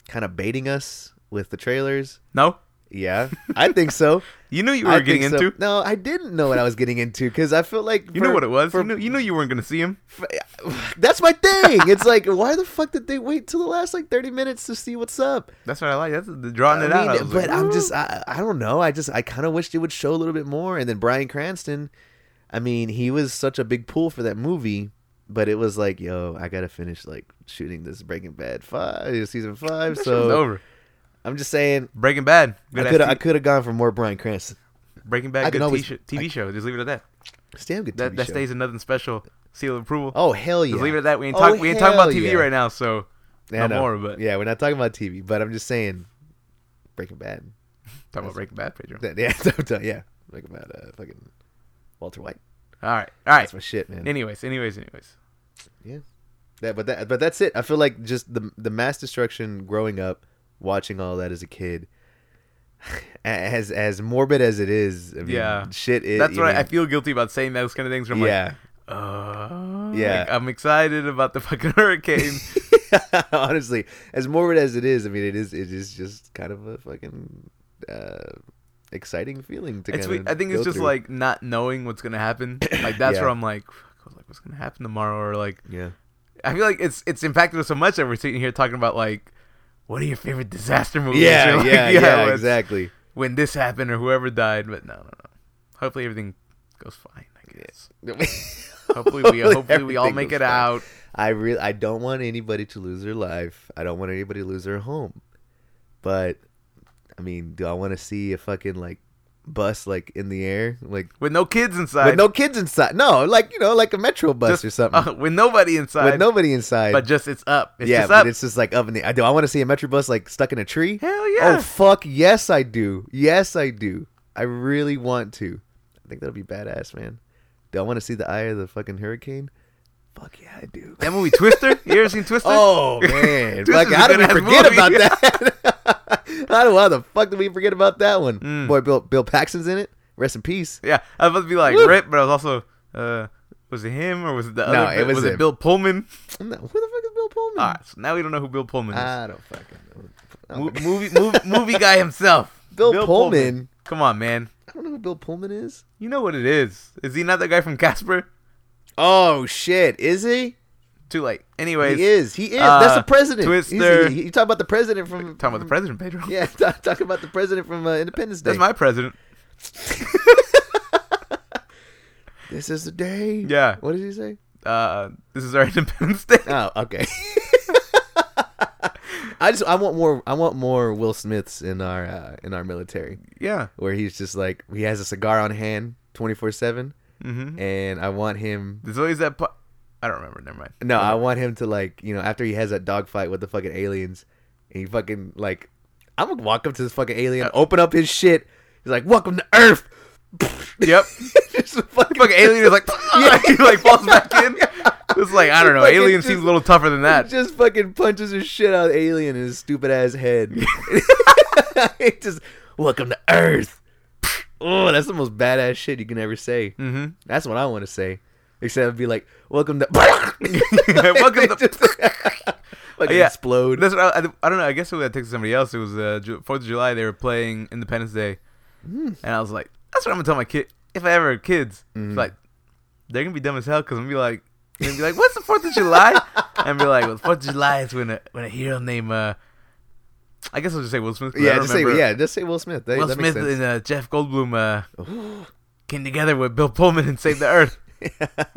kind of baiting us with the trailers?
No.
Yeah. I think so.
You knew you were
I think
getting
so.
into.
No, I didn't know what I was getting into cuz I feel like
You knew
for-
what it was.
for-
you knew you knew you weren't gonna see him.
that's my thing. It's like why the fuck did they wait till the last like 30 minutes to see what's up?
That's what I like. That's the drawing it
I mean,
out. I was
but
like,
I'm
"Ooh."
just I, I don't know. I just I kind of wished it would show a little bit more. And then Brian Cranston, I mean, he was such a big pull for that movie, but it was like, yo, I gotta finish like shooting this Breaking Bad five season five.
That shit was
so
over.
I'm just saying,
Breaking Bad. Good
I could
ass
I
t-
could have gone for more Brian Cranston.
Breaking
I
Bad.
can
Good
always-
t-shirt, TV show. Just leave it at that.
Still good.
That
TV
that
show.
stays another special seal of approval.
Oh hell yeah!
Just leave it at that. We ain't
Oh,
talk. we ain't talking about
hell
TV
yeah.
right now. So
Yeah,
no
I know.
more, but-
yeah, we're not talking about TV. But I'm just saying, Breaking Bad.
talk about Breaking Bad, Pedro.
That- Yeah, don't tell- yeah, Breaking Bad. Uh, fucking Walter White.
All right, all right.
That's my shit, man.
Anyways, anyways, anyways.
That, but that, but that's it. I feel like just the the mass destruction growing up, watching all that as a kid, as as morbid as it is, I mean,
Yeah.
shit is.
That's
you
why I,
know,
feel guilty about saying those kind of things. Where I'm
yeah,
like, uh,
Yeah.
like, I'm excited about the fucking hurricane.
honestly, as morbid as it is, I mean, it is it is just kind of a fucking uh, exciting feeling to.
it's,
kind of
I think it's
go
just
through.
like not knowing what's gonna happen. Like that's
Yeah.
where I'm like, fuck, I was like, what's gonna happen tomorrow? Or like,
yeah,
I feel like it's it's impacted us so much that we're sitting here talking about like, what are your favorite disaster movies?
yeah,
You're like,
yeah,
"Yeah,
yeah,
when-
exactly.
When this happened or whoever died, but no, no, no. Hopefully everything goes fine. I guess. Hopefully we hopefully we all
everything
make
goes
it
fine.
out.
I really I don't want anybody to lose their life. I don't want anybody to lose their home. But I mean, do I want to see a fucking like bus like in the air like
with no kids inside.
with no kids inside? No, like you know, like a metro bus
Just-
or something
uh, with nobody inside.
with nobody inside.
but just it's up. It's
yeah,
just
but
up.
it's just like up in the. Do I want to see a metro bus like stuck in a tree?
Hell yeah.
Oh fuck, yes I do. Yes I do. I really want to. I think that'll be badass, man. Do I want to see the eye of the fucking hurricane? Fuck yeah, I do.
that movie Twister. You ever seen Twister?
Oh man,
This
Fuck,
is a
how did we
good-ass
forget
movie.
about that? how, do, how the fuck did we forget about that one?
Mm.
Boy, Bill Bill Paxton's in it. Rest in peace.
Yeah, I was about to be like
Woo.
Rip, but I was also uh, was it him or was it the
No,
other?
it was
was
him.
it Bill Pullman?
I'm not- who the fuck is Bill Pullman?
All right, so now we don't know who Bill Pullman is.
I don't fucking know. I don't
Mo-
fucking-
movie, movie, movie guy himself.
Bill, Pullman.
Come on, man.
I don't know who Bill Pullman is.
You know what it is. Is he not the guy from Casper?
Oh shit, is he?
Too late.
He
Anyways,
is. He is.
uh,
That's the president. He's-
Twister.
he- you talk about the president from
talking about the president, Pedro.
yeah, talk, talk about the president from uh, Independence Day.
That's my president.
this is the day.
Yeah.
What did he say?
Uh, this is our Independence Day.
Oh, okay. I just I want more I want more Will Smiths in our uh, in our military
Yeah.
where he's just like he has a cigar on hand 24/7
Mm-hmm.
and I want him
There's always that. Po- I I don't remember. Never mind.
No, I want him to like you know after he has that dogfight with the fucking aliens, and he fucking like, I'm gonna walk up to this fucking alien, open up his shit. He's like, "Welcome to Earth."
Yep.
Just fucking,
Fucking alien is like, he like falls back in. It's like I don't know.
Fucking
Alien
just-
seems a little tougher than that.
just fucking punches his shit out of the alien in his stupid ass head. He just welcome to Earth. Oh, that's the most badass shit you can ever say.
Mm-hmm.
That's what I want to say. Except it'd be like, welcome to. welcome
to-
fucking
Yeah.
explode.
That's what I, I don't know. I guess it was to somebody else. It was uh, Ju- Fourth of July. They were playing Independence Day,
Mm.
and I was like, "That's what I'm gonna tell my kid if I ever have kids."
Mm-hmm.
It's like they're gonna be dumb as hell because I'm gonna be like, they're gonna be like, "What's the Fourth of July?" and be like, "Well, Fourth of July is when a when a hero named uh, I guess I'll just say Will Smith." 'cause I
Yeah,
don't
just say
remember.
yeah, just say Will Smith. That,
Will
that
Smith
makes Oh. sense.
and uh, Jeff Goldblum uh, came together with Bill Pullman and saved the Earth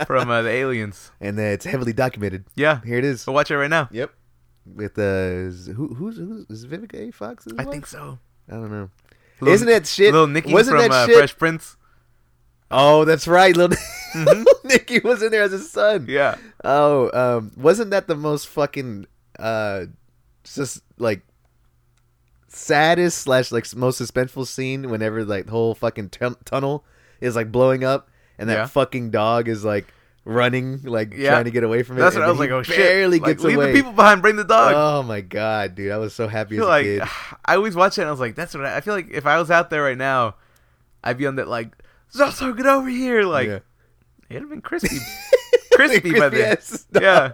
from uh, the aliens.
and uh, it's heavily documented.
Yeah,
Here it is.
so watch it right now.
Yep. With uh, is- who who's who's is Vivica A. Fox?
I think so.
I don't know.
Lil-
Isn't that shit?
Little Nicky
Wasn't
from
that
uh,
shit?
Fresh Prince.
Oh, that's right. Little Lil Nicky was in there as his son.
Mm-hmm. Yeah.
Oh, um, wasn't that the most fucking uh, just like saddest slash like most suspenseful scene? Whenever like the whole fucking tun- tunnel is like blowing up, and that
Yeah.
fucking dog is like running, like
Yeah.
trying to get away from it.
That's what
and
I
then
was like,
he
oh shit.
barely
Like,
gets
leave
away.
the people behind, bring the dog.
Oh my god, dude! I was so
I
happy as
feel
a
like
kid.
I always watch it and I was like, that's what I, I feel like if I was out there right now, I'd be on that like Zoso, get over here. Like
Yeah.
it'd have been crispy. crispy by then.
Yes, dog.
Yeah.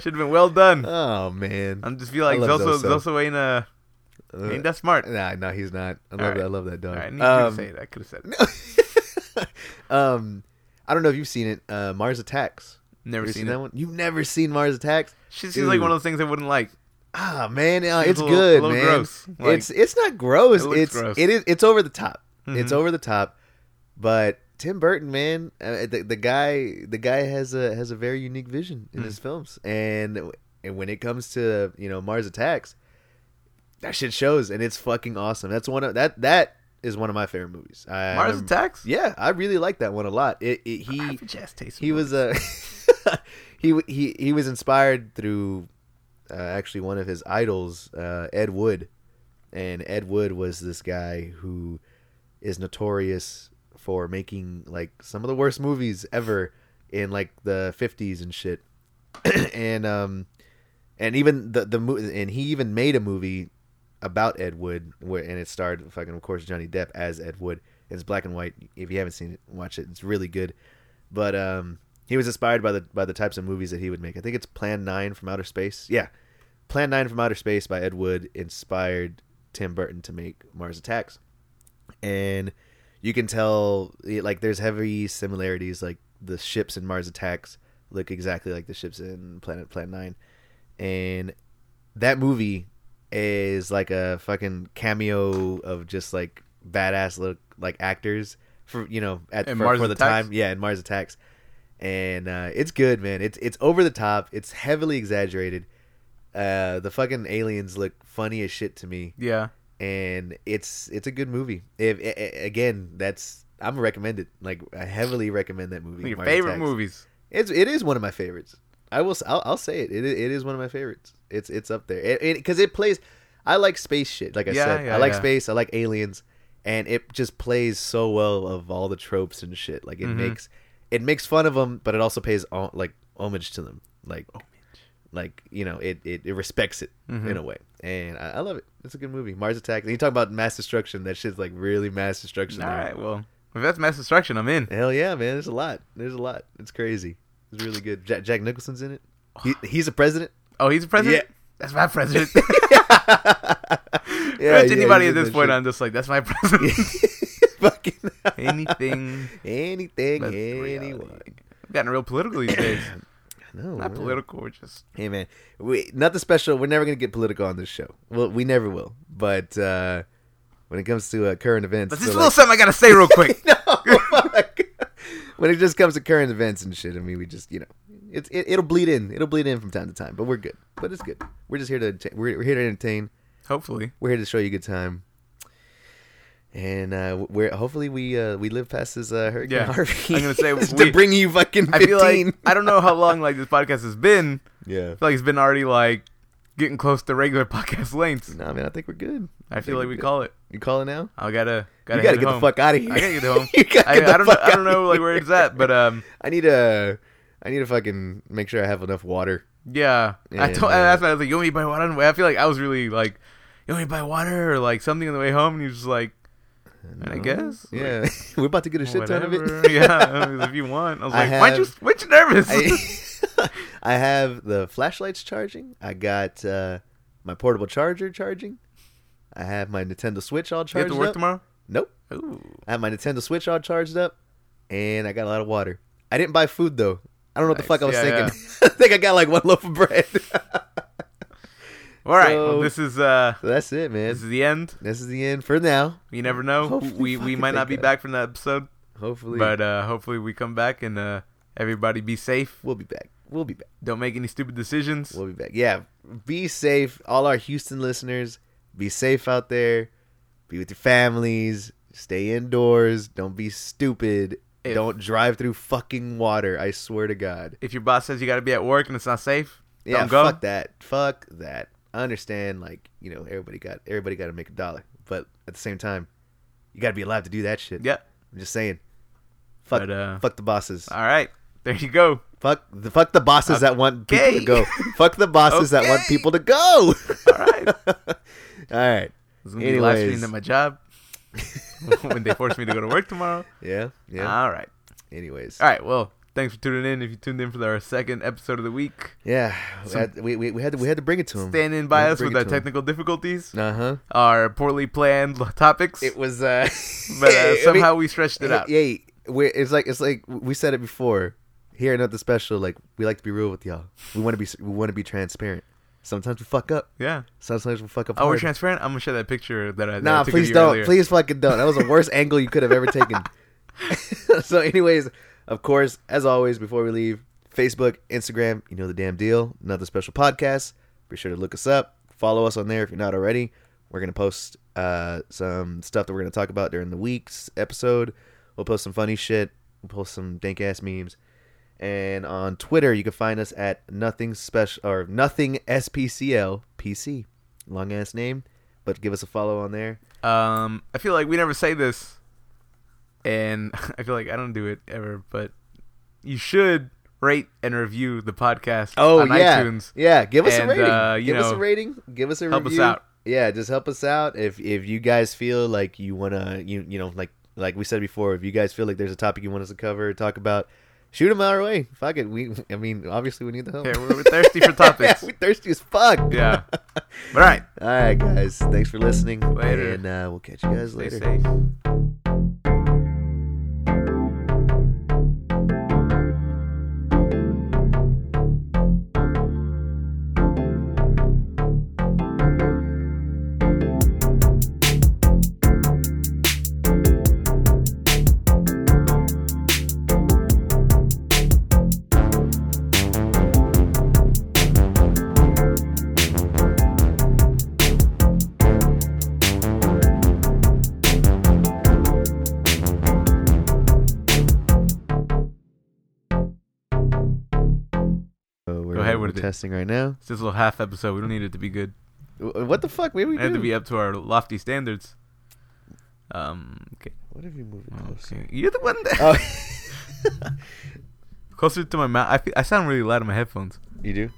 Should have been well done.
Oh man.
I'm just feel like
I love
Zoso
Zoso.
Zoso ain't uh
Uh,
ain't that smart.
nah, no, he's not. I love
Alright.
that. I love that dog.
All right, I need you
um,
to say it. I could have said it.
um, I don't know if you've seen it. Uh, Mars Attacks.
Never
Ever
seen
that
it.
one? You've never seen Mars Attacks?
She seems like
Dude.
one of those things I wouldn't like.
Ah, man, uh,
Seems
it's
a little-
good,
a little
man.
gross. Like-
it's it's not gross.
It looks
it's
gross.
it is it's over the top. It's
Mhm.
over the top. But Tim Burton, man, uh, the, the guy the guy has a has a very unique vision
Hmm.
in his films, and and when it comes to you know Mars Attacks, that shit shows, and it's fucking awesome. That's one of that that is one of my favorite movies. I,
Mars
I'm-
Attacks?
Um, Yeah, I really like that one a lot. It, it he
Average ass taste.
he was uh, he w- he he was inspired through uh, actually one of his idols, uh, Ed Wood, and Ed Wood was this guy who is notorious for making like some of the worst movies ever in like the fifties and shit, and um, and even the the mo- and he even made a movie about Ed Wood, where and it starred fucking of course Johnny Depp as Ed Wood. It's black and white. If you haven't seen it, watch it. It's really good. But um, he was inspired by the by the types of movies that he would make. I think it's Plan Nine from Outer Space. Yeah, Plan Nine from Outer Space by Ed Wood inspired Tim Burton to make Mars Attacks, and you can tell eh, like there's heavy similarities. Like the ships in Mars Attacks look exactly like the ships in Planet Plan Nine, and that movie is like a fucking cameo of just like badass look like actors for you know at
In
for,
Mars
for the
Attacks?
time yeah in Mars Attacks and uh, it's good man it's it's over the top it's heavily exaggerated uh, the fucking aliens look funny as shit to me
Yeah.
and it's it's a good movie if a- a- again that's I'm recommend it like I heavily recommend that movie
Your
Mars
favorite
Attacks.
movies.
It's it is one of my favorites. I will. s- I'll, I'll say it. it. i- It is one of my favorites. It's it's up there because it, plays. I like space shit. Like I
Yeah,
said,
yeah,
I like
yeah.
space. I like aliens, and it just plays so well of all the tropes and shit. Like it
Mhm.
makes it makes fun of them, but it also pays o- like homage to them. Like like you know it it, it respects it
Mhm.
in a way, and I, I love it. It's a good movie. Mars Attack. And you talk about mass destruction. That shit's like really mass destruction.
All
there.
right, well, if that's mass destruction, I'm in.
Hell yeah, man! There's a lot. There's a lot. It's crazy. It's really good. Jack, Jack Nicholson's in it. He, he's a president.
Oh, he's a president.
Yeah.
That's my president.
Yeah,
If
yeah,
anybody
he's
at
in
this
that
point,
shit.
I'm just like, that's my president.
Fucking
Anything,
anything,
but
anyone.
reality. We've gotten real political these days.
No,
Not
man.
political, we're just
Hey man, we nothing special. We're never gonna get political on this show. Well, we never will. But uh, when it comes to uh, current events,
That's
so,
just a
like-
little something I gotta say real quick.
no, fuck. when it just comes to current events and shit, I mean, we just you know, it's it, it'll bleed in, it'll bleed in from time to time, but we're good, but it's good. We're just here to entertain. We're, we're here to entertain.
Hopefully.
We're here to show you a good time, And uh, we're hopefully we uh, we live past this uh, hurricane
Yeah.
Harvey.
I'm gonna say we-
to bring you fucking
I
fifteen.
feel like I don't know how long like this podcast has been.
yeah.
I feel like it's been already like getting close to regular podcast lengths.
No, man, I think we're good.
I feel
think
like
we're
we
good.
call it.
You call it now?
I gotta gotta,
you gotta
head
get
home.
the fuck out of here.
I gotta get home.
you gotta
I,
get the
I don't know.
fuck
I don't
outta
know like
here.
where it's at, but um,
I need a. I need to fucking make sure I have enough water.
yeah. I
Yeah,
told. I
yeah.
asked. him, I was like, "You want me to buy water?" on the way?" I feel like I was really like, "You want me to buy water?" or like something on the way home, and he was just like, "And I
No.
guess." Like,
Oh, Yeah, we're about to get a shit ton of
whatever.
it.
yeah, if you want. I was
I
like, why'd you,
have-
why'd you nervous?
I, I have the flashlights charging. I got uh, my portable charger charging. I have my Nintendo Switch all
you have
charged
to work
up.
tomorrow?
Nope.
Ooh.
I have my Nintendo Switch all charged up, and I got a lot of water. I didn't buy food though. I don't know what the
Nice.
fuck I was
Yeah,
thinking. I think I got like one loaf of bread.
All right. well,
So-
this is uh,
so that's it,
this
man.
is the end.
This is the end for now.
You never know.
Hopefully
we we
fucking
might
they
not be
got it.
back from that episode,
Hopefully,
but uh, hopefully we come back and uh, everybody be safe.
we'll be back. We'll be back.
Don't make any stupid decisions.
We'll be back. Yeah, be safe, all our Houston listeners. Be safe out there. Be with your families. Stay indoors. Don't be stupid.
If-
Don't drive through fucking water. I swear to God.
If your boss says you got to be at work and it's not safe,
Yeah,
don't go.
fuck that. Fuck that. I understand, like you know, everybody got everybody got to make a dollar, but at the same time, you got to be allowed to do that shit.
Yeah.
I'm just saying. Fuck,
But, uh,
fuck the bosses.
All right. There you go.
Fuck the fuck the bosses that want people
Okay.
to go. fuck the bosses that want
Okay.
people to go.
All right.
All right.
It's gonna be live
Anyways.
streamed at my job when they force me to go to work tomorrow.
Yeah. Yeah.
All right.
Anyways.
All right. Well, thanks for tuning in. If you tuned in for our second episode of the week,
Yeah. we,
Some-
had, we, we, we had to we had to bring it to him.
stand in by
Yeah,
us
bring
with
it
our
to 'em.
technical difficulties,
Uh huh.
our poorly planned l- topics,
It was uh.
but
I
uh,
mean-
somehow we stretched it out.
Yeah, yeah, we're, it's like it's like we said it before. Here at the special, like we like to be real with y'all. We want to be we want to be transparent. Sometimes we fuck up.
Yeah.
Sometimes we fuck up.
Oh, we're
hard.
transparent. I'm gonna show that picture that I that I
Nah,
took of
please
you
don't.
earlier.
Please fucking don't. That was the worst angle you could have ever taken. so, anyways, of course, as always, before we leave, Facebook, Instagram, you know the damn deal. Another special podcast. Be sure to look us up. Follow us on there if you're not already. We're gonna post uh, some stuff that we're gonna talk about during the week's episode. We'll post some funny shit. We'll post some dank ass memes. And on Twitter, you can find us at nothing special or nothing SPCL PC. Long ass name, but give us a follow on there.
Um, I feel like we never say this, and I feel like I don't do it ever, but you should rate and review the podcast
Oh
on
yeah,
iTunes.
yeah. Give us
And,
a rating.
uh, you
give us a
know,
rating. Give us a
help us
review.
out.
Yeah, just help us out. If if you guys feel like you wanna, you you know, like like we said before, if you guys feel like there's a topic you want us to cover, or talk about, shoot them our way. Fuck it. We, I mean, obviously we need the help.
Yeah, we're, we're thirsty for topics.
we thirsty as fuck.
Yeah. But all right,
All right, guys. Thanks for listening.
Later.
and uh, we'll catch you guys
stay
later.
safe.
So we're,
Go ahead
we're
with it.
testing right now.
It's just a little half episode. We don't need it to be good.
Wh- What the fuck? What are we
It had to
doing?
be up to our lofty standards. Um, okay.
What if you move it closer?
okay. You're the one that
Oh,
closer to my mouth. I feel, I sound really loud in my headphones.
you do.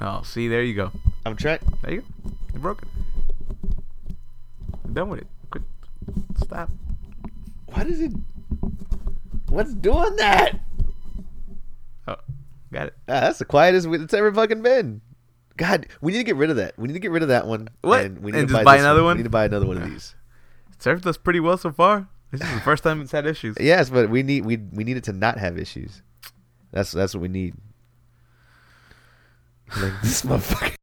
Oh, see, there you go.
I'm trying.
There you go. You broke it. You're done with it. Quit. Stop.
What is it? What's doing that?
Oh, got it.
Ah, that's the quietest we- it's ever fucking been. God, we need to get rid of that. We need to get rid of that one.
What?
And we
And just buy
this
another one?
We need to buy another one of these.
Served us pretty well so far. This is the first time it's had issues.
Yes, but we need we we need it to not have issues. That's that's what we need. Like this motherfucker.